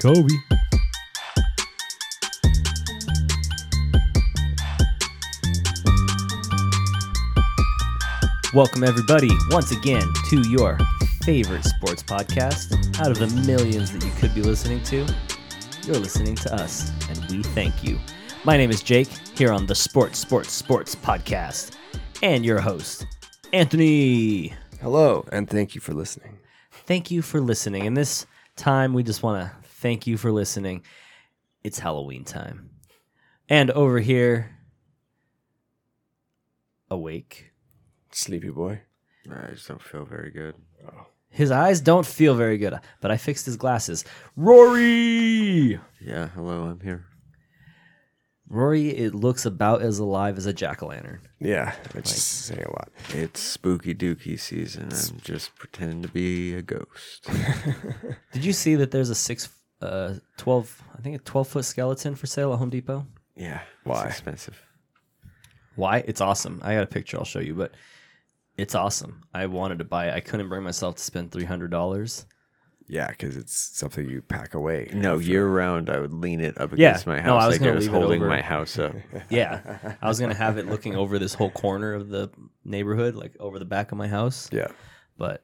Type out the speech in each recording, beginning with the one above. Kobe. Welcome, everybody, once again to your favorite sports podcast. Out of the millions that you could be listening to, you're listening to us, and we thank you. My name is Jake, here on the Sports, Sports, Sports Podcast, and your host, Anthony. Hello, and thank you for listening. Thank you for listening. And this time, we just want to thank you for listening. It's Halloween time. And over here, awake. Sleepy boy. I just don't feel very good. His eyes don't feel very good, but I fixed his glasses. Rory! Yeah, hello, I'm here. Rory, it looks about as alive as a jack o' lantern. Yeah, which is saying a lot. It's spooky dookie season. I'm just pretending to be a ghost. Did you see that there's a six, uh, 12, I think a 12 foot skeleton for sale at Home Depot? Yeah. Why? It's expensive. Why? It's awesome. I got a picture I'll show you, but it's awesome. I wanted to buy it. I couldn't bring myself to spend $300. Yeah, because it's something you pack away. No, year round, I would lean it up Yeah. against my No, house I was like gonna I was leave it holding over. my house up. Yeah. I was going to have it looking over this whole corner of the neighborhood, like over the back of my house. Yeah. but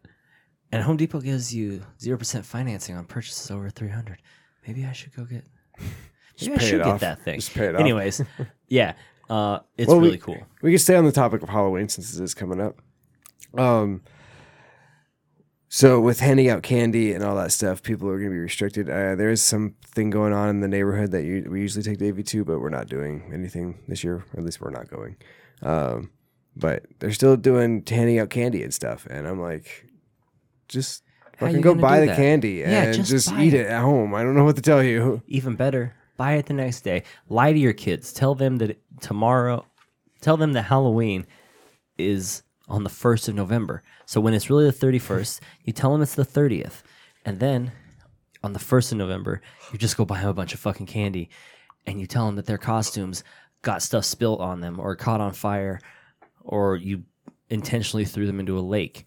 and Home Depot gives you zero percent financing on purchases over three hundred. Maybe I should go get. Maybe I pay it should off. get that thing. Just pay it off. Anyways, yeah, uh, it's Well, we- really cool. We can stay on the topic of Halloween since it is coming up. Um, so with handing out candy and all that stuff, people are going to be restricted. Uh, there is something going on in the neighborhood that you, we usually take Davey to, but we're not doing anything this year. Or at least we're not going. Um, but they're still doing handing out candy and stuff, and I'm like, just How you fucking go gonna buy do the that? candy Yeah, and just just, buy eat it it. at home. I don't know what to tell you. Even better, buy it the next day. Lie to your kids. Tell them that tomorrow. Tell them that Halloween is on the first of November. So when it's really the thirty first, you tell them it's the thirtieth, and then on the first of November, you just go buy them a bunch of fucking candy, and you tell them that their costumes got stuff spilled on them, or caught on fire, or you intentionally threw them into a lake.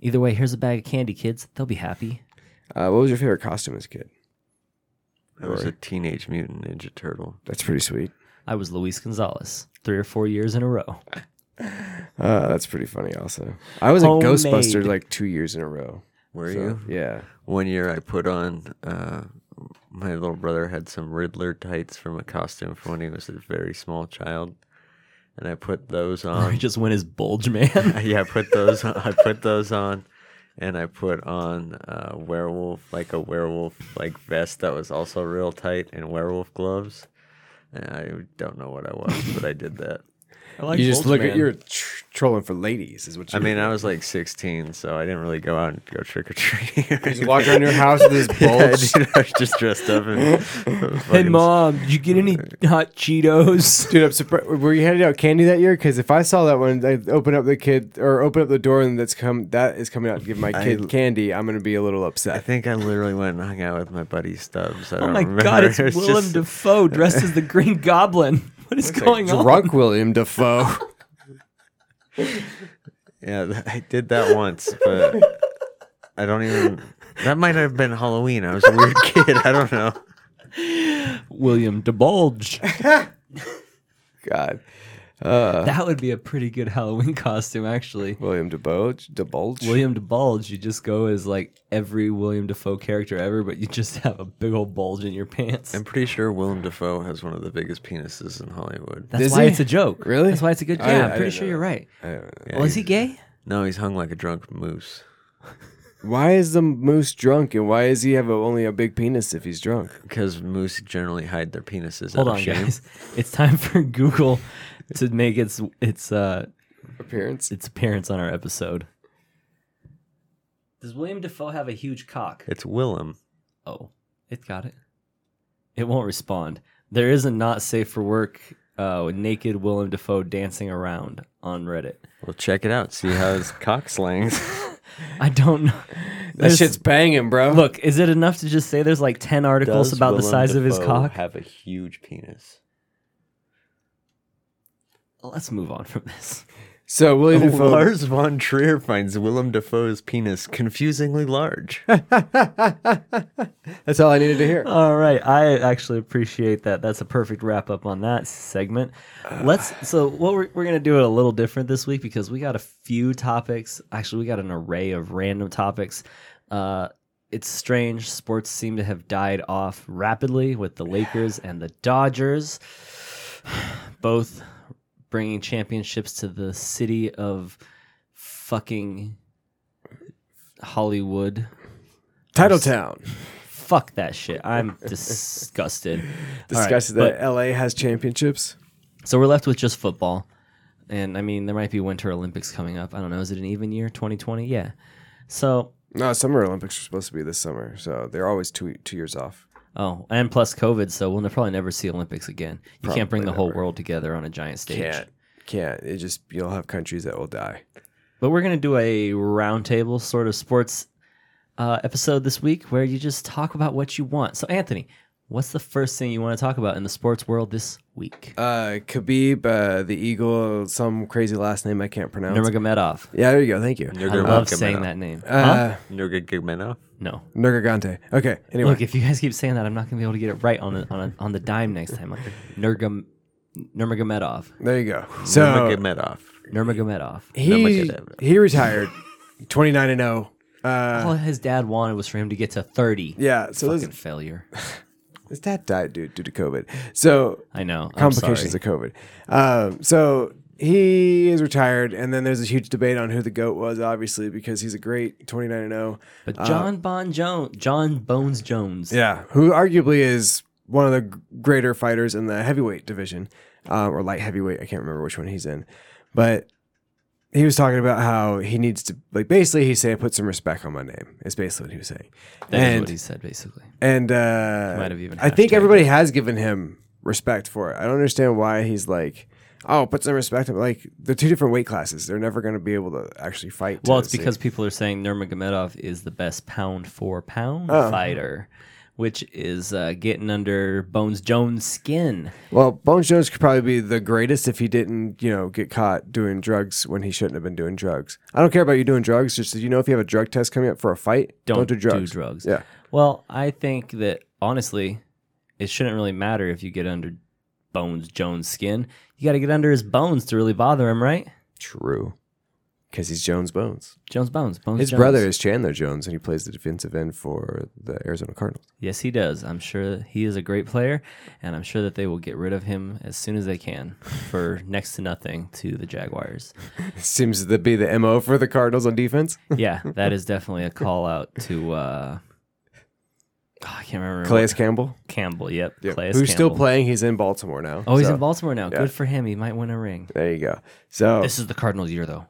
Either way, here's a bag of candy, kids. They'll be happy. Uh, what was your favorite costume as a kid? I was a teenage mutant ninja turtle. That's pretty sweet. I was Luis Gonzalez three or four years in a row. Uh, that's pretty funny. Also, I was a Homemade. Ghostbuster like two years in a row. Were So, you? Yeah. One year I put on, uh, my little brother had some Riddler tights from a costume from when he was a very small child. And I put those on. Or he just went as Bulge Man. yeah, I put those. On, I put those on, and I put on uh, werewolf like a werewolf like vest that was also real tight and werewolf gloves. And I don't know what I was, but I did that. I like you just Bulge look at Man. you're tr- trolling for ladies, is what you. I mean, I was like 16, so I didn't really go out and go trick or treating. just walk around your house with this Yeah, bulge. dude, I was just dressed up and. Hey fucking- mom, did you get any hot Cheetos? Dude, I'm surprised. Were you handing out candy that year? Because if I saw that one, I open up the kid or open up the door, and that's come that is coming out to give my kid I- candy. I'm gonna be a little I upset. think I literally went and hung out with my buddy Stubbs. I Oh don't my remember. god, it's It was Willem just- Dafoe dressed as the Green Goblin. What is going on? Drunk William Defoe. Yeah, th- I did that once, but I don't even. That might have been Halloween. I was a weird kid. I don't know. William DeBulge. God, that would be a pretty good Halloween costume, actually. William DeBulge. DeBulge. William DeBulge, you just go as like every William Defoe character ever, but you just have a big old bulge in your pants. I'm pretty sure Willem Dafoe has one of the biggest penises in Hollywood. That's Does why he? it's a joke. Really? That's why it's a good. I- Yeah, I I, am pretty didn't sure know you're right. Yeah, Well, is he's- he gay? No, he's hung like a drunk moose Why is the moose drunk, and why does he have a, only a big penis if he's drunk? because moose generally hide their penises. Hold out of on, shame. guys. It's time for Google to make its its uh Appearance. its appearance on our episode. Does William Defoe have a huge cock? It's Willem. Oh, it got it. It won't respond. There is a not safe for work uh, naked Willem Defoe dancing around on Reddit. Well, check it out. See how his cock slangs. I don't know. That There's- shit's banging, bro. Look, is it enough to just say there's like ten articles about the size of his cock? Have a huge penis. Let's move on from this. So William Defoe. Lars von Trier finds Willem Dafoe's penis confusingly large. That's all I needed to hear. All right, I actually appreciate that. That's a perfect wrap up on that segment. Let's. So, what we're we're gonna do it a little different this week because we got a few topics. Actually, we got an array of random topics. Uh, it's strange. Sports seem to have died off rapidly with the Lakers and the Dodgers, both bringing championships to the city of fucking Hollywood. Title Town Fuck that shit. I'm disgusted. All right, discusses but- that LA has championships. So we're left with just football. And I mean, there might be Winter Olympics coming up. I don't know. Is it an even year? 2020? Yeah. So, No, Summer Olympics are supposed to be this summer, so they're always two two years off. oh, and plus COVID. So we'll probably never see Olympics again. You can't bring the whole world together on a giant stage. Can't can't. It just you'll have countries that will die. But we're going to do a roundtable sort of sports uh, episode this week where you just talk about what you want. So, Anthony, what's the first thing you want to talk about in the sports world this week? Uh, Khabib, uh, the Eagle, some crazy last name I can't pronounce. Nurmagomedov. yeah, there you go. Thank you. I love saying that name. huh? Uh, Nurmagomedov. No. Nurmagomedov. Okay. Anyway, Look, if you guys keep saying that, I'm not going to be able to get it right on a, on a, on the dime next time. Like Nurgam, Nurmagomedov, there you go. So Nurmagomedov. Uh, Nurmagomedov. he Nurmagomedov. he retired, twenty nine and zero. Uh, All his dad wanted was for him to get to 30. yeah. So Fucking his, failure. his dad died due, due to COVID. So I know. I'm complications sorry. of COVID. Um, so he is retired, and then there's a huge debate on who the goat was, obviously, because he's a great 29 and oh. 0. But John Bon Jones, John Bones Jones. uh, Yeah, who arguably is one of the g- greater fighters in the heavyweight division, um, or light heavyweight. I can't remember which one he's in, but he was talking about how he needs to like basically he said put some respect on my name. Is basically what he was saying. That is and what he said, basically. and uh, Might have even I think hashtagged everybody has given him respect for it. I don't understand why he's like, oh, put some respect. on-" Like they're two different weight classes. They're never going to be able to actually fight. to Well, it's the same- because people are saying Nurmagomedov is the best pound for pound Oh. fighter, which is uh, getting under Bones Jones' skin. well, Bones Jones could probably be the greatest if he didn't, you know, get caught doing drugs when he shouldn't have been doing drugs. I don't care about you doing drugs. Just you know, if you have a drug test coming up for a fight, don't, do drugs. Yeah. Well, I think that honestly, it shouldn't really matter if you get under Bones Jones' skin. You got to get under his bones to really bother him, right? True. Because he's Jones Bones. Jones Bones. Bones. His Jones. brother is Chandler Jones, and he plays the defensive end for the Arizona Cardinals. Yes, he does. I'm sure that he is a great player, and I'm sure that they will get rid of him as soon as they can for next to nothing to the Jaguars. Seems to be the mo for the Cardinals on defense. Yeah, that is definitely a call out to. uh oh, I can't remember. Calais Campbell, Campbell. Yep. Calais who's still Campbell. playing. He's in Baltimore now. Oh, he's so- in Baltimore now. Good for him. He might win a ring. There you go. So, This is the Cardinals' year, though.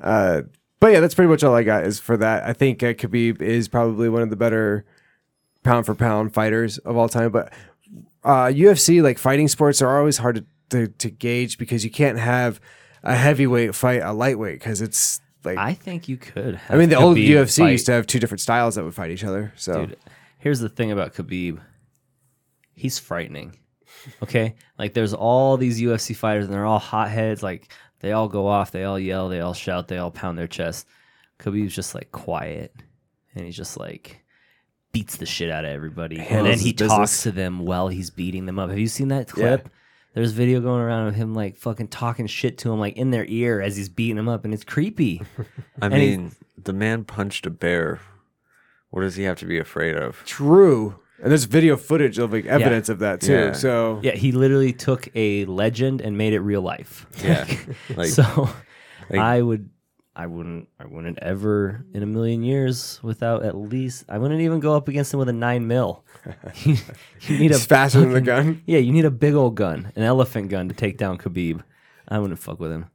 uh, but yeah, that's pretty much all I got is for that. I think uh, Khabib is probably one of the better pound for pound fighters of all time. But uh, UFC, like fighting sports, are always hard to, to, to gauge because you can't have a heavyweight fight a lightweight because it's like I, I think you could. Have mean the old Khabib UFC fight- used to have two different styles that would fight each other. So Dude, here's the thing about Khabib. He's frightening. Okay? like there's all these UFC fighters and they're all hotheads. Like they all go off, they all yell, they all shout, they all pound their chest. Khabib's just like quiet. And he's just like beats the shit out of everybody. and then Handles he his talks business. to them while he's beating them up. Have you seen that clip? There's video going around of him like fucking talking shit to him like in their ear as he's beating him up and it's creepy. I And he- mean, the man punched a bear. What does he have to be afraid of? true. And there's video footage of like evidence of that too. Yeah. So yeah, he literally took a legend and made it real life. Yeah, like so like- I would I wouldn't I wouldn't ever in a million years without at least I wouldn't even go up against him with a nine mil. you need a it's faster than the gun. yeah, you need a big old gun, an elephant gun to take down Khabib. I wouldn't fuck with him.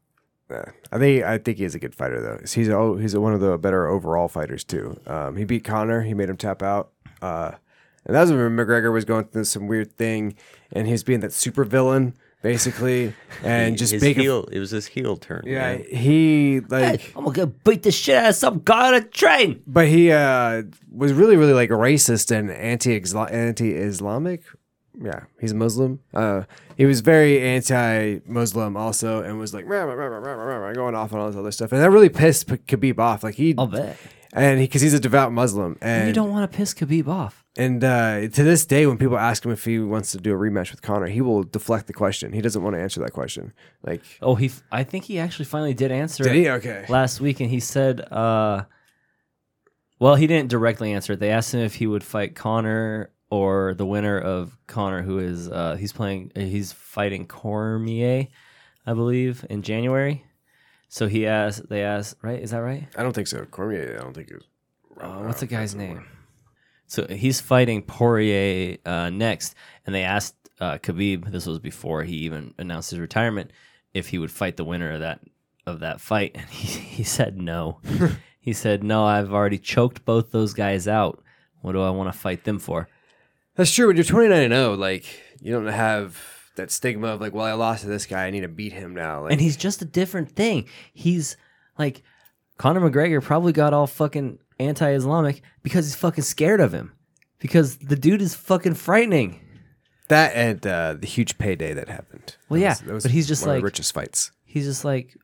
Yeah. I think I think he is a good fighter though. He's oh, he's one of the better overall fighters too. Um, he beat Connor. He made him tap out. Uh, and that was when McGregor was going through some weird thing, and he's being that super villain basically, and just his making heel. It was his heel turn. yeah. man. He like I'm gonna beat the shit out of some guy on a train. but he uh, was really really like racist and anti anti Islamic yeah, he's Muslim. Uh, he was very anti-Muslim also, and was like rah, rah, rah, rah, rah, rah, rah, going off on all this other stuff, and that really pissed P- Khabib off. Like he, I'll bet. and because he's a devout Muslim, and You don't want to piss Khabib off. and uh, to this day, when people ask him if he wants to do a rematch with Connor, he will deflect the question. He doesn't want to answer that question. Like, Oh, he. f- I think he actually finally did answer did it he? Okay. last week, and he said, uh, "Well, he didn't directly answer it. They asked him if he would fight Connor or the winner of Connor, who is uh, he's playing, uh, he's fighting Cormier, I believe, in January." So he asked. They asked, right? Is that right? I don't think so. Cormier, I don't think it was. Uh, what's the guy's name? So he's fighting Poirier uh, next, and they asked uh, Khabib. This was before he even announced his retirement, if he would fight the winner of that of that fight, and he, he said no. he said no. I've already choked both those guys out. What do I want to fight them for? That's true. When you're 29 and 0, like, you don't have that stigma of, like, well, I lost to this guy. I need to beat him now. Like, And he's just a different thing. He's like Conor McGregor probably got all fucking anti-Islamic because he's fucking scared of him. Because the dude is fucking frightening. that and uh, the huge payday that happened. Well, That yeah, was- that was but he's just one of the like- richest fights. he's just like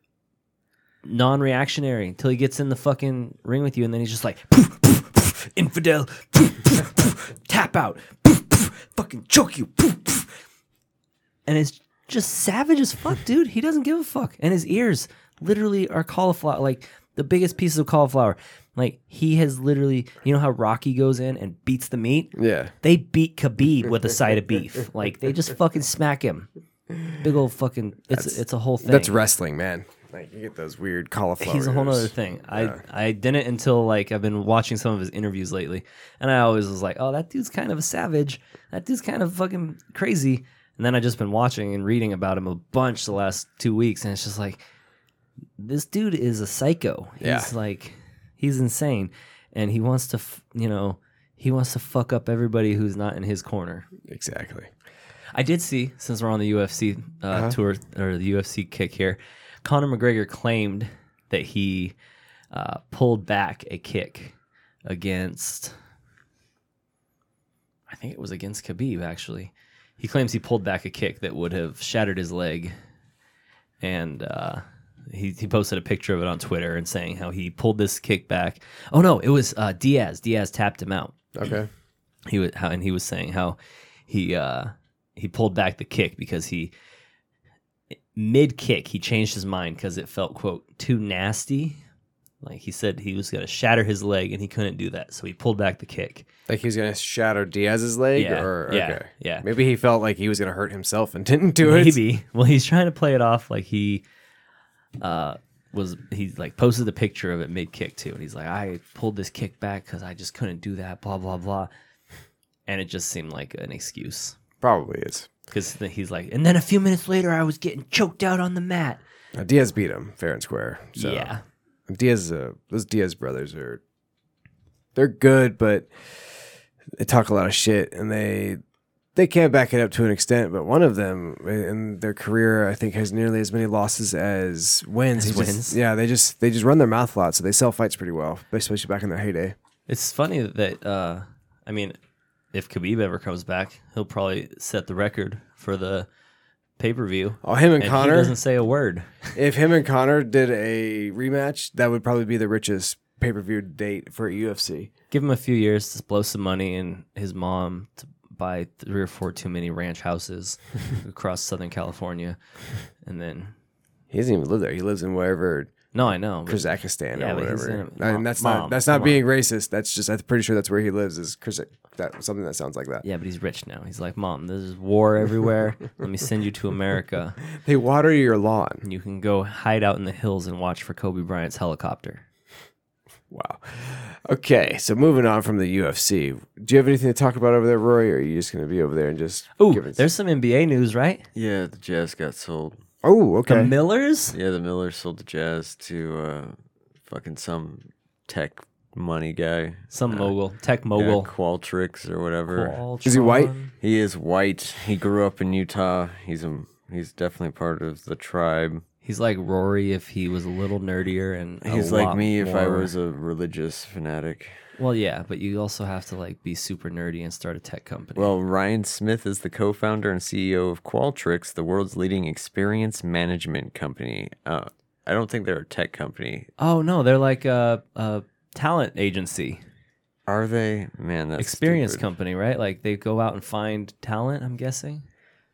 non-reactionary until he gets in the fucking ring with you and then he's just like poof, poof, poof, infidel poof, poof, poof, tap out poof, poof, fucking choke you poof, poof. and it's just savage as fuck dude he doesn't give a fuck and his ears literally are cauliflower like the biggest pieces of cauliflower like he has literally you know how rocky goes in and beats the meat Yeah. they beat khabib with a side of beef like they just fucking smack him big old fucking it's it's a whole thing That's wrestling, man. Like, you get those weird cauliflower. he's a whole ears. other thing. I I didn't until like I've been watching some of his interviews lately, and I always was like, oh, that dude's kind of a savage. That dude's kind of fucking crazy. And then I just been watching and reading about him a bunch the last two weeks, and it's just like, this dude is a psycho. He's Yeah. like, he's insane, and he wants to, f- you know, he wants to fuck up everybody who's not in his corner. Exactly. I did see since we're on the UFC uh, tour or the UFC kick here, Conor McGregor claimed that he uh, pulled back a kick against. I think it was against Khabib actually. He claims he pulled back a kick that would have shattered his leg, and uh, he he posted a picture of it on Twitter and saying how he pulled this kick back. Oh no, it was uh, Diaz. Diaz tapped him out Okay. he was how, and he was saying how he uh he pulled back the kick because he mid kick he changed his mind because it felt quote too nasty like he said he was going to shatter his leg and he couldn't do that so he pulled back the kick Like, he's going to shadow Diaz's leg? Yeah, Or, yeah, okay. yeah. Maybe he felt like he was going to hurt himself and didn't do it. maybe well he's trying to play it off like he uh was he like posted the picture of it mid kick too and he's like i pulled this kick back because i just couldn't do that blah blah blah and it just seemed like an excuse Probably is. Because he's like, and then a few minutes later, I was getting choked out on the mat. Now, Diaz beat him fair and square. So. Yeah. Diaz, uh, those Diaz brothers are, they're good, but they talk a lot of shit, and they they can back it up to an extent. But one of them in their career, I think, has nearly as many losses as wins. As He just- wins. yeah, they just they just run their mouth a lot, so they sell fights pretty well, especially back in their heyday. It's funny that, uh, I mean, if Khabib ever comes back, he'll probably set the record for the pay per view. Oh, him and, And he Connor. doesn't say a word. If him and Connor did a rematch, that would probably be the richest pay per view date for UFC. Give him a few years to blow some money and his mom to buy three or four too many ranch houses across Southern California. And then, He doesn't even live there. He lives in wherever no, I know. but- Kazakhstan Yeah, or but he's whatever. in a- I mean, Mom- that's Mom, not that's not come being racist. That's just I'm pretty sure that's where he lives. Is Kazakh that something that sounds like that? yeah, but he's rich now. He's like, Mom, there's war everywhere. Let me send you to America. They water your lawn. and you can go hide out in the hills and watch for Kobe Bryant's helicopter. Wow. Okay, so moving on from the UFC. Do you have anything to talk about over there, Rory? Or are you just going to be over there and just? Ooh, give it- there's some NBA news, right? Yeah, the Jazz got sold. Oh, The okay. Millers? Yeah, the Millers sold the Jazz to uh, fucking some tech money guy. Some mogul, tech Yeah, mogul. Qualtrics or whatever. Is he white? Qualtron. He is white. He grew up in Utah. He's a, he's definitely part of the tribe. He's like Rory if he was a little nerdier and a He's like lot me if I more- was a religious fanatic. Well, yeah, but you also have to like be super nerdy and start a tech company. Well, Ryan Smith is the co founder and CEO of Qualtrics, the world's leading experience management company. Uh, I don't think they're a tech company. oh no, they're like a, a talent agency, Are they? Man, that's experience stupid. company, right? Like they go out and find talent. I'm guessing.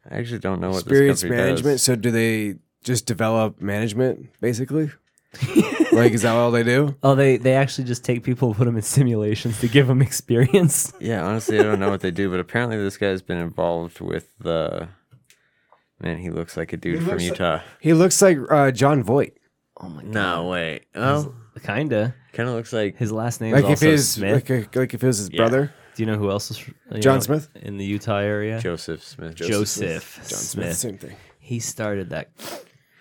I actually don't know what Experience this company management. Does. So do they just develop management basically? like is that all they do? Oh, they they actually just take people, put them in simulations to give them experience. Yeah, honestly, I don't know what they do, but apparently this guy's been involved with the. Man, he looks like a dude from looks like- Utah. He looks like uh, John Voight. Oh my god, No, wait. Oh, kinda. kind of looks like His last name Like is if also his Smith. like, a, like if it was his brother. Do you know who else is fr- you John know, Smith? in the Utah area? Joseph Smith. Joseph, Smith. John Smith. Same thing. He started that.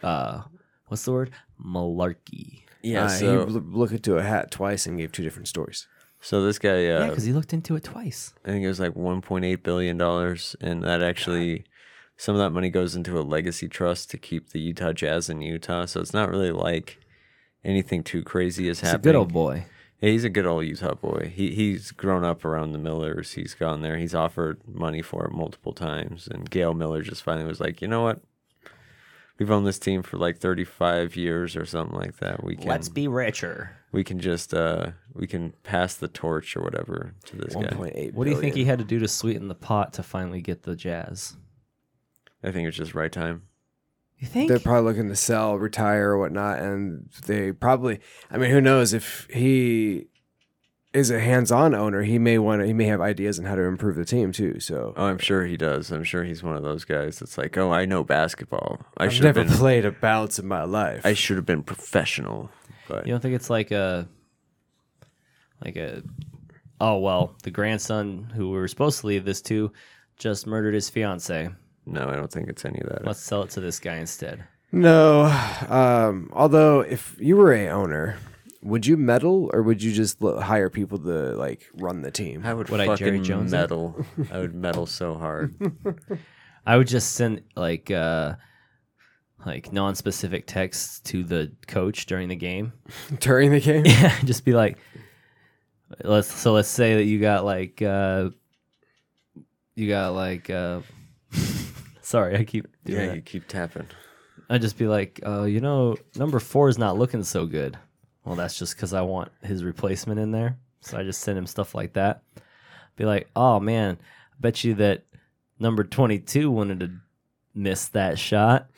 Uh, what's the word? Malarkey. Yeah, Uh, so, he l- looked into a hat twice and gave two different stories. so this guy, uh, Yeah, because he looked into it twice. I think it was like 1.8 billion dollars, and that actually, some of that money goes into a legacy trust to keep the Utah Jazz in Utah. So it's not really like anything too crazy is He's a happening. good old boy. Yeah, he's a good old Utah boy. He he's grown up around the Millers. He's gone there. He's offered money for it multiple times, and Gail Miller just finally was like, you know what. We've owned this team for like 35 years or something like that. We can Let's be richer. we can just uh we can pass the torch or whatever to this One guy. point eight. What do you think he had to do to sweeten the pot to finally get the jazz? I think it was just right time. You think? They're probably looking to sell, retire, or whatnot, and they probably. I mean, who knows if he is a hands-on owner? He may want. to He may have ideas on how to improve the team too. So Oh, I'm sure he does. I'm sure he's one of those guys that's like, oh, I know basketball. I I've should have never been. played a bounce in my life. I should have been professional. But you don't think it's like a, like a, oh well, the grandson who we were supposed to leave this to, just murdered his fiance. no, I don't think it's any of that. Let's sell it to this guy instead. no. Um, although, if you were a owner, would you meddle or would you just l- hire people to like run the team? I would Would I fucking Jerry Jones it? meddle. I would meddle so hard. I would just send like uh like non-specific texts to the coach during the game. during the game? just be like let's so let's say that you got like uh you got like uh sorry, I keep doing yeah, that. you keep tapping. I'd just be like, uh, you know, number four is not looking so good. Well, that's just because I want his replacement in there. So I just send him stuff like that. Be like, oh man, I bet you that number 22 wanted to miss that shot.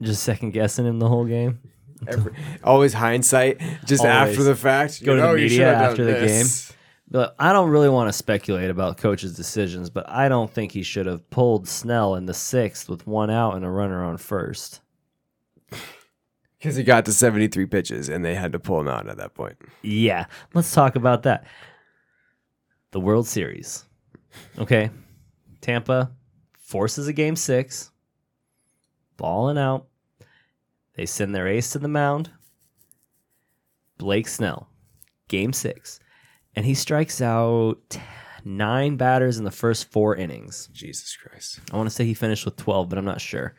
Just second guessing him the whole game. Every- always hindsight, just after Always. the fact. Go to the "Oh, you media should have done after the this." Be like, I don't really want to speculate about coach's decisions, but I don't think he should have pulled Snell in the sixth with one out and a runner on first. Because he got to 73 pitches and they had to pull him out at that point. Yeah, let's talk about that. The World Series. Okay. Tampa forces a game six, balling out. They send their ace to the mound. Blake Snell, game six. And he strikes out nine batters in the first four innings. Jesus Christ. I want to say he finished with 12, but I'm not sure.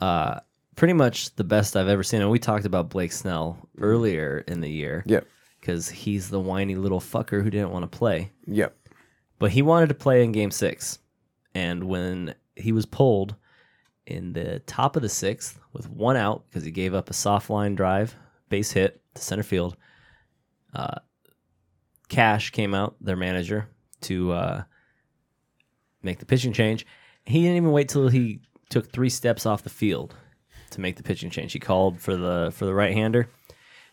Uh, pretty much the best I've ever seen. And we talked about Blake Snell earlier in the year Yep. because he's the whiny little fucker who didn't want to play. Yep. But he wanted to play in game six. And when he was pulled in the top of the sixth with one out because he gave up a soft line drive, base hit to center field, uh, Cash came out, their manager, to uh, make the pitching change. He didn't even wait till he took three steps off the field to make the pitching change. He called for the for the right hander,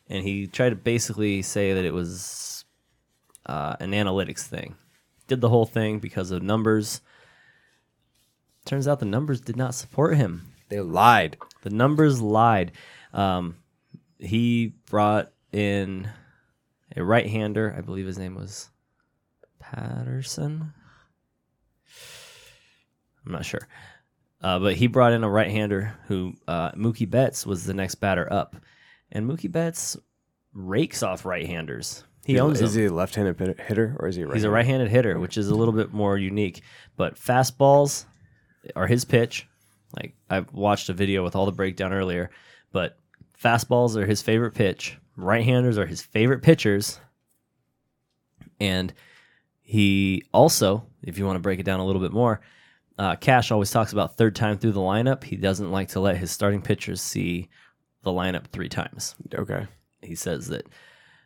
and he tried to basically say that it was uh, an analytics thing. Did the whole thing because of numbers. Turns out the numbers did not support him. They lied. The numbers lied. Um, he brought in a right-hander. I believe his name was Patterson. I'm not sure, uh, but he brought in a right-hander who uh, Mookie Betts was the next batter up, and Mookie Betts rakes off right-handers. He owns them. Is he a left handed hitter or is he a right? He's a right-handed hitter, which is a little bit more unique. But fastballs are his pitch. Like I watched a video with all the breakdown earlier, but fastballs are his favorite pitch. Right-handers are his favorite pitchers. And he also, if you want to break it down a little bit more, uh, Cash always talks about third time through the lineup. He doesn't like to let his starting pitchers see the lineup three times. Okay. He says that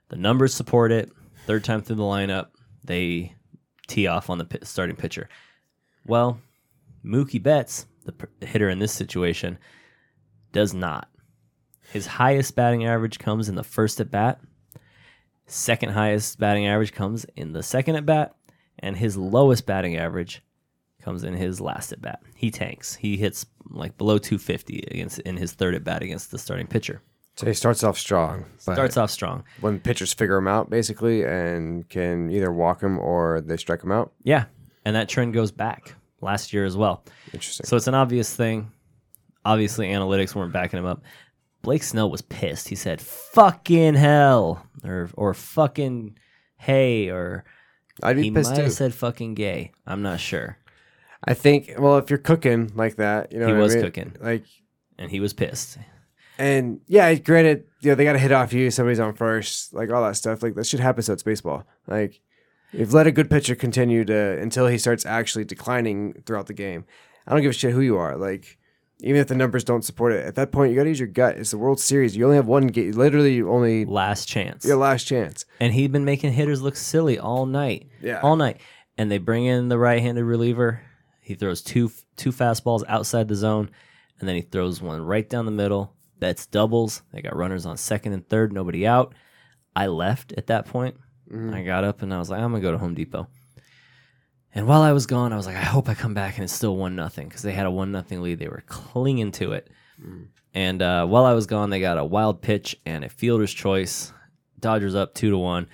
the numbers support it. Third time through the lineup, they tee off on the pi starting pitcher. Well, Mookie Betts, the p- hitter in this situation, does not. His highest batting average comes in the first at bat. Second highest batting average comes in the second at bat, and his lowest batting average comes in his last at bat. He tanks. He hits like below 250 against in his third at bat against the starting pitcher. So he starts off strong, but Starts off strong. when pitchers figure him out basically and can either walk him or they strike him out. Yeah, and that trend goes back last year as well. Interesting. So it's an obvious thing. Obviously, analytics weren't backing him up. Blake Snell was pissed. He said, "Fucking hell," or or "fucking hey," or I'd be he might pissed too. have said "fucking gay." I'm not sure, I think. Well, if you're cooking like that, you know He what I was mean? cooking. Like and he was pissed. and yeah, granted, you know they got to hit off you. Somebody's on first, like all that stuff. Like that should happen. So it's baseball. Like if let a good pitcher continue to until he starts actually declining throughout the game. I don't give a shit who you are. Like even if the numbers don't support it, at that point you got to use your gut. It's the World Series. You only have one game. Literally, you only Last chance, your last chance. and he'd been making hitters look silly all night, Yeah. all night. And they bring in the right-handed reliever. He throws two two fastballs outside the zone, and then he throws one right down the middle. That's doubles. They got runners on second and third, nobody out. I left at that point. Mm-hmm. I got up and I was like, I'm gonna go to Home Depot. And while I was gone, I was like, I hope I come back and it's still one nothing because they had a one nothing lead. They were clinging to it. And uh, while I was gone, they got a wild pitch and a fielder's choice. Dodgers up two to one.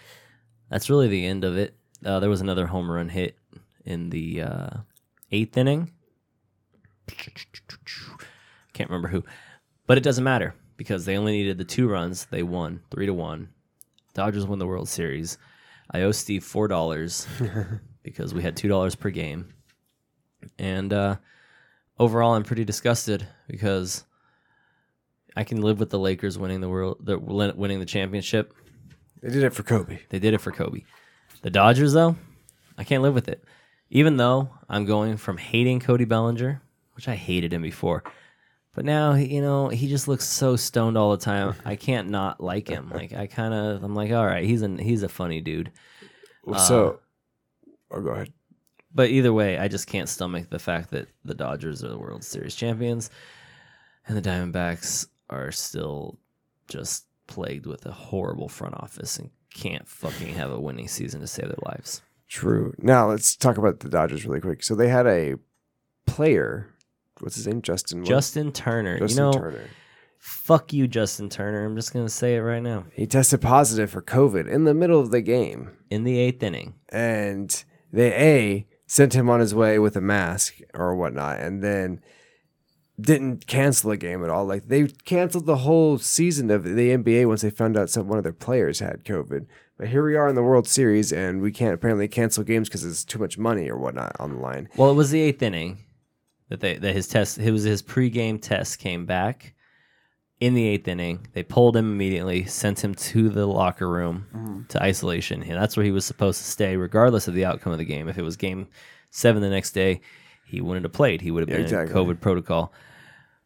That's really the end of it. Uh, there was another home run hit in the uh, eighth inning. Can't remember who, but it doesn't matter because they only needed the two runs. They won three to one. Dodgers win the World Series. I owe Steve four dollars because we had two dollars per game, and uh, overall, I'm pretty disgusted because I can live with the Lakers winning the world, the, winning the championship. They did it for Kobe. They did it for Kobe. The Dodgers, though, I can't live with it. Even though I'm going from hating Cody Bellinger, which I hated him before, but now he- you know he just looks so stoned all the time. I can't not like him. Like I kind of, I'm like, all right, he's an he's a funny dude. Uh, so, oh, go ahead. But either way, I just can't stomach the fact that the Dodgers are the World Series champions, and the Diamondbacks are still just plagued with a horrible front office and can't fucking have a winning season to save their lives. True. Now let's talk about the Dodgers really quick. So they had a player. What's his name? Justin. what? Justin Turner. Justin you know, Turner. fuck you, Justin Turner. I'm just gonna say it right now. He tested positive for COVID in the middle of the game, In the eighth inning, and they a sent him on his way with a mask or whatnot, and then didn't cancel a game at all. Like they canceled the whole season of the NBA once they found out some one of their players had COVID. But here we are in the World Series, and we can't apparently cancel games because it's too much money or whatnot on the line. well, it was the eighth inning that they that his test. It was his pregame test came back. In the eighth inning, they pulled him immediately, sent him to the locker room to isolation, and that's where he was supposed to stay, regardless of the outcome of the game. If it was game seven the next day, he wouldn't have played. He would have been exactly. in COVID protocol.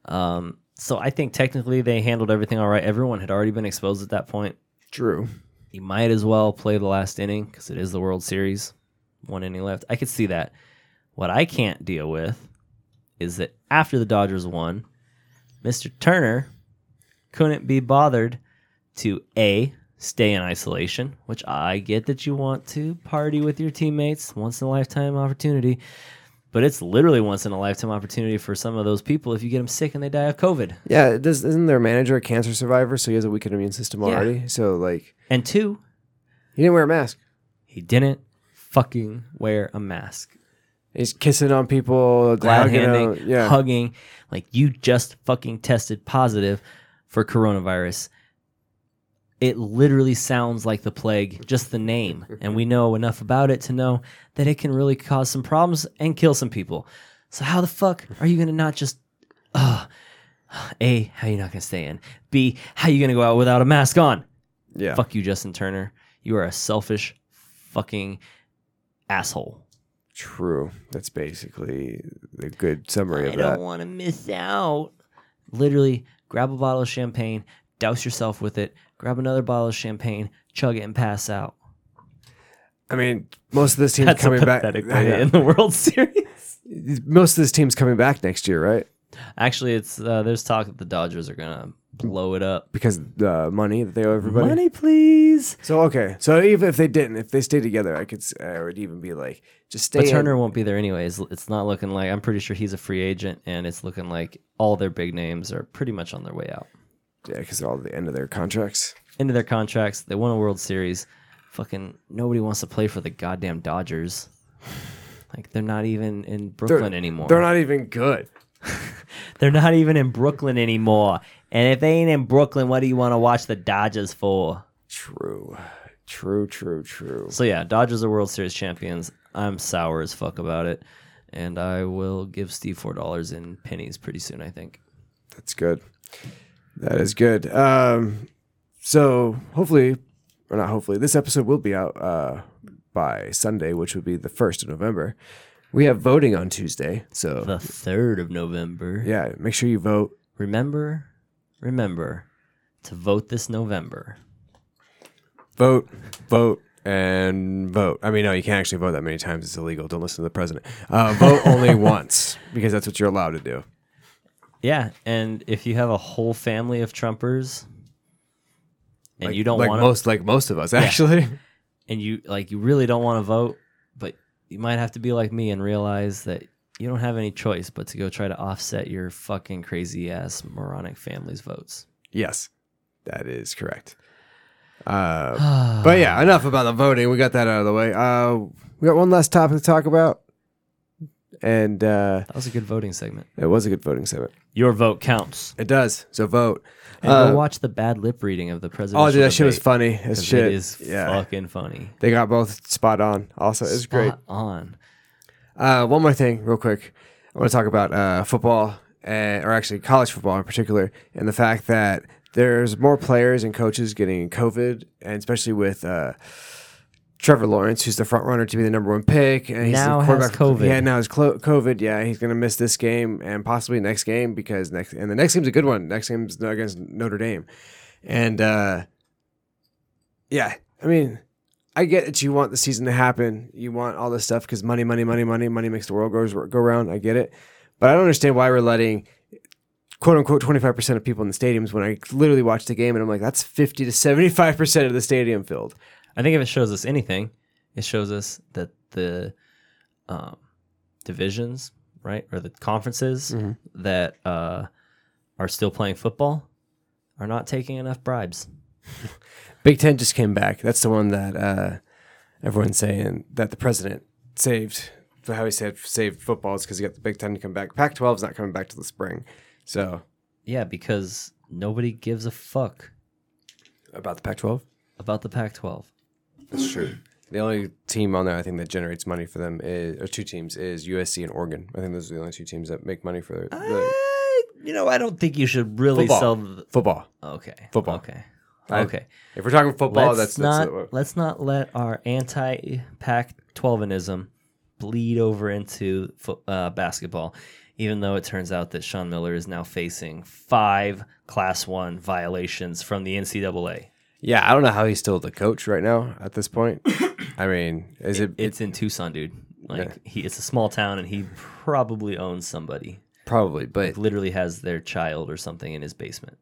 Um, so I think technically they handled everything all right. Everyone had already been exposed at that point. True. you might as well play the last inning because it is the World Series. One inning left. I could see that. What I can't deal with is that after the Dodgers won, Mr. Turner couldn't be bothered to A, stay in isolation, which I get that you want to party with your teammates, once in a lifetime opportunity, but it's literally once in a lifetime opportunity for some of those people if you get them sick and they die of COVID. Yeah, does, isn't their manager a cancer survivor? So he has a weakened immune system Yeah. already. So like, And two, he didn't wear a mask. he didn't fucking wear a mask. He's kissing on people, glad hugging handing, them. Yeah, hugging, like you just fucking tested positive for coronavirus. It literally sounds like the plague, just the name. And we know enough about it to know that it can really cause some problems and kill some people. So how the fuck are you going to not just ugh, A, how you not gonna stay in? B, how you gonna go out without a mask on? Yeah. Fuck you, Justin Turner. You are a selfish fucking asshole. True. That's basically a good summary I of don't that. want to miss out. Literally, grab a bottle of champagne, douse yourself with it, grab another bottle of champagne, chug it, and pass out. I mean, most of this team's That's coming a back. pathetic I way to know. end the World Series. Most of this team's coming back next year, right? Actually, it's uh, there's talk that the Dodgers are gonna blow it up. Because of the money that they owe everybody. Money, please. So okay. So even if they didn't, if they stayed together, I could. s- I would even be like, just stay. But in. Turner won't be there anyways. It's not looking like I'm pretty sure he's a free agent, and it's looking like all their big names are pretty much on their way out. Yeah, because all the end of their contracts. Into their contracts. They won a World Series. Fucking nobody wants to play for the goddamn Dodgers. Like they're not even in Brooklyn anymore. They're not even good. They're not even in Brooklyn anymore. And if they ain't in Brooklyn, what do you want to watch the Dodgers for? True. True. True. True. So yeah, Dodgers are World Series champions. I'm sour as fuck about it, and I will give Steve four dollars in pennies pretty soon. I think. That's good. That is good. Um, so hopefully, or not hopefully, this episode will be out uh, by Sunday, which would be the first of November. We have voting on Tuesday, so The third of November. yeah, make sure you vote. Remember, remember to vote this November. vote, vote, and vote. I mean, no, you can't actually vote that many times. It's illegal. Don't listen to the president. Uh, vote only once because that's what you're allowed to do. Yeah, and if you have a whole family of Trumpers, and you don't like want to, most like most of us actually. and you like you really don't want to vote, but you might have to be like me and realize that you don't have any choice but to go try to offset your fucking crazy ass moronic family's votes. Yes, that is correct. Uh, but yeah, enough about the voting. We got that out of the way. Uh, we got one last topic to talk about, and uh, That was a good voting segment. it was a good voting segment. Your vote counts. It does. So vote. And Uh, go watch the bad lip reading of the president. oh, dude, that shit was funny as shit. It is yeah, fucking funny. they got both spot on. Also, it was great. Spot on. Uh, one more thing, real quick. I want to talk about uh, football, uh, or actually college football in particular, and the fact that there's more players and coaches getting COVID, and especially with uh, Trevor Lawrence, who's the front runner to be the number one pick, and he's Now the has quarterback. for- COVID. Yeah, now has clo- COVID. Yeah, he's going to miss this game and possibly next game because next and the next game's a good one. Next game's against Notre Dame, and uh, yeah, I mean. I get that you want the season to happen. You want all this stuff because money, money, money, money, money makes the world goes go round. I get it, but I don't understand why we're letting quote unquote twenty five percent of people in the stadiums when I literally watch the game and I'm like, that's fifty to seventy five percent of the stadium filled. I think if it shows us anything, it shows us that the um, divisions, right, or the conferences that uh, are still playing football are not taking enough bribes. Big Ten just came back. That's the one that uh, everyone's saying that the president saved. For how he said saved football is because he got the Big Ten to come back. Pac twelve is not coming back till the spring, so Yeah, because nobody gives a fuck about the Pac twelve. about the Pac-12. That's true. The only team on there I think that generates money for them is, or two teams is USC and Oregon. I think those are the only two teams that make money for the Eh, you know, I don't think you should really football. sell. The, football. okay, Football. Okay, I- okay. If we're talking football, let's that's not that's what- let's not let our anti-Pac-12ism bleed over into fo- uh, basketball. Even though it turns out that Sean Miller is now facing five Class One violations from the NCAA, yeah. I don't know how he's still the coach right now at this point. I mean, is it, it's in Tucson, dude. Like he, it's a small town, and he probably owns somebody. probably? But Literally has their child or something in his basement.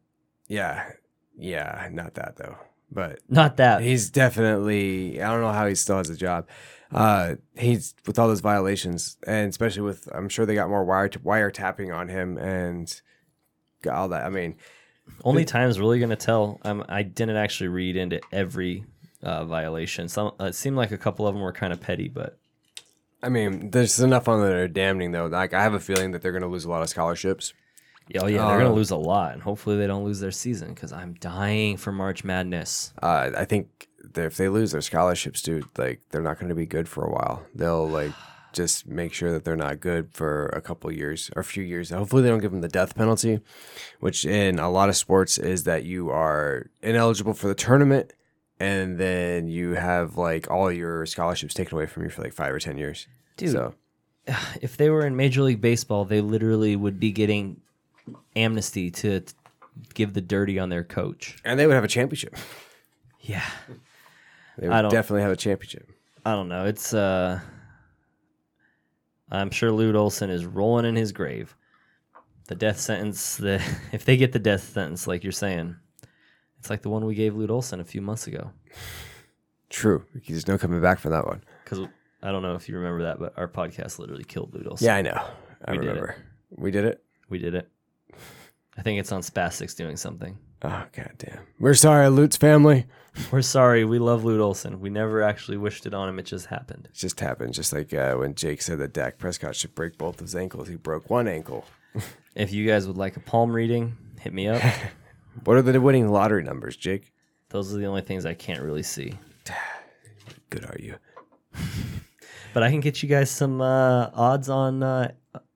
yeah, yeah, not that though. But Not that he's definitely i don't know how he still has a job uh he's with all those violations and especially with i'm sure they got more wire wiretapping on him and got all that i mean Only time's really going to tell. Um, I didn't actually read into every uh, violation. Some uh, it seemed like a couple of them were kind of petty, but i mean there's enough on there that are damning though like i have a feeling that they're going to lose a lot of scholarships oh yeah, they're Uh, going to lose a lot, and hopefully they don't lose their season because I'm dying for March Madness. uh i think that if they lose their scholarships dude like they're not going to be good for a while they'll like just make sure that they're not good for a couple years or a few years. Hopefully, they don't give them the death penalty, which in a lot of sports is that you are ineligible for the tournament and then you have like all your scholarships taken away from you for like five or 10 years. Dude. So, if they were in Major League Baseball, they literally would be getting amnesty to t- give the dirty on their coach. and they would have a championship. Yeah, They I would don't- definitely have a championship. I don't know. It's uh, I'm sure Lute Olson is rolling in his grave. The death sentence. The if they get the death sentence, like you're saying, it's like the one we gave Lute Olson a few months ago. True. There's no coming back from that one. Because I don't know if you remember that, but our podcast literally killed Lute Olson. Yeah, I know. I We did it. remember. We did it. we did it. I think it's on Spastics doing something. Oh goddamn! We're sorry, Lute's family. We're sorry. We love Lute Olson. We never actually wished it on him. It just happened. It just happened. Just like uh, when Jake said that Dak Prescott should break both of his ankles, he broke one ankle. If you guys would like a palm reading, hit me up. What are the winning lottery numbers, Jake? Those are the only things I can't really see. Good are you? But I can get you guys some uh, odds on uh,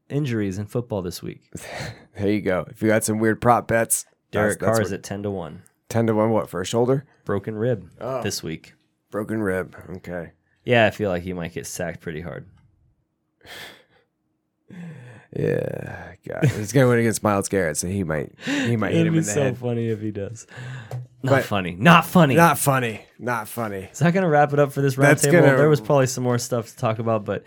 injuries in football this week. There you go. If you got some weird prop bets, Derek that's- Carr that's is at 10 to 1. what- ten to one. What for a shoulder? Broken rib this week. Broken rib. Okay. Yeah, I feel like he might get sacked pretty hard. Yeah. God, he's gonna win against Miles Garrett, so he might he might hit him in the head. funny if he does. Not But- funny. Not funny. Not funny. Not funny. Is that going to wrap it up for this roundtable? That's gonna- There was probably some more stuff to talk about, but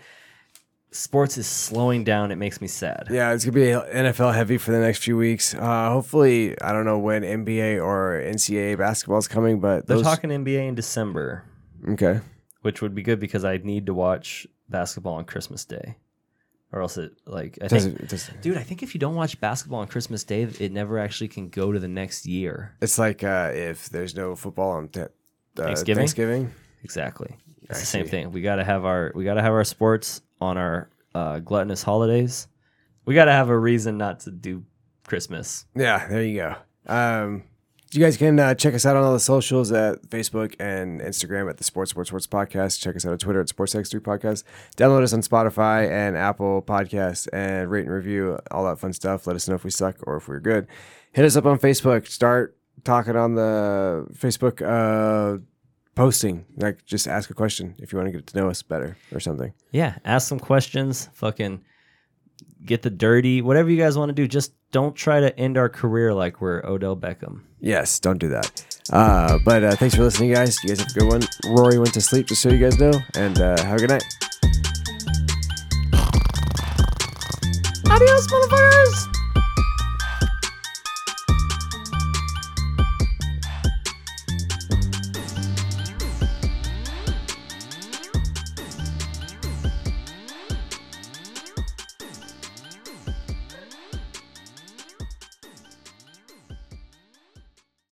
sports is slowing down. It makes me sad. Yeah, it's gonna be NFL heavy for the next few weeks. Uh, hopefully, I don't know when NBA or NCAA basketball is coming, but They're those talking NBA in December. okay. which would be good because I need to watch basketball on Christmas Day, or else it like I Does think, it, does, dude, I think if you don't watch basketball on Christmas Day, it never actually can go to the next year. it's like uh, if there's no football on t- uh, Thanksgiving? Thanksgiving. Exactly, it's I the same see. thing. We gotta have our we gotta have our sports on our uh, gluttonous holidays. We gotta have a reason not to do Christmas. Yeah, there you go. Um, you guys can uh, check us out on all the socials at Facebook and Instagram at the Sports Sports Sports Podcast. Check us out on Twitter at SportsX3 Podcast. Download us on Spotify and Apple Podcasts and rate and review all that fun stuff. Let us know if we suck or if we're good. Hit us up on Facebook. Start talking on the Facebook uh, posting. Like, just ask a question if you want to get to know us better or something. Yeah, ask some questions. Fucking get the dirty. Whatever you guys want to do, just don't try to end our career like we're Odell Beckham. Yes, don't do that. Uh, but uh, thanks for listening, guys. You guys have a good one. Rory went to sleep, just so you guys know, and uh, have a good night. Adios, motherfuckers.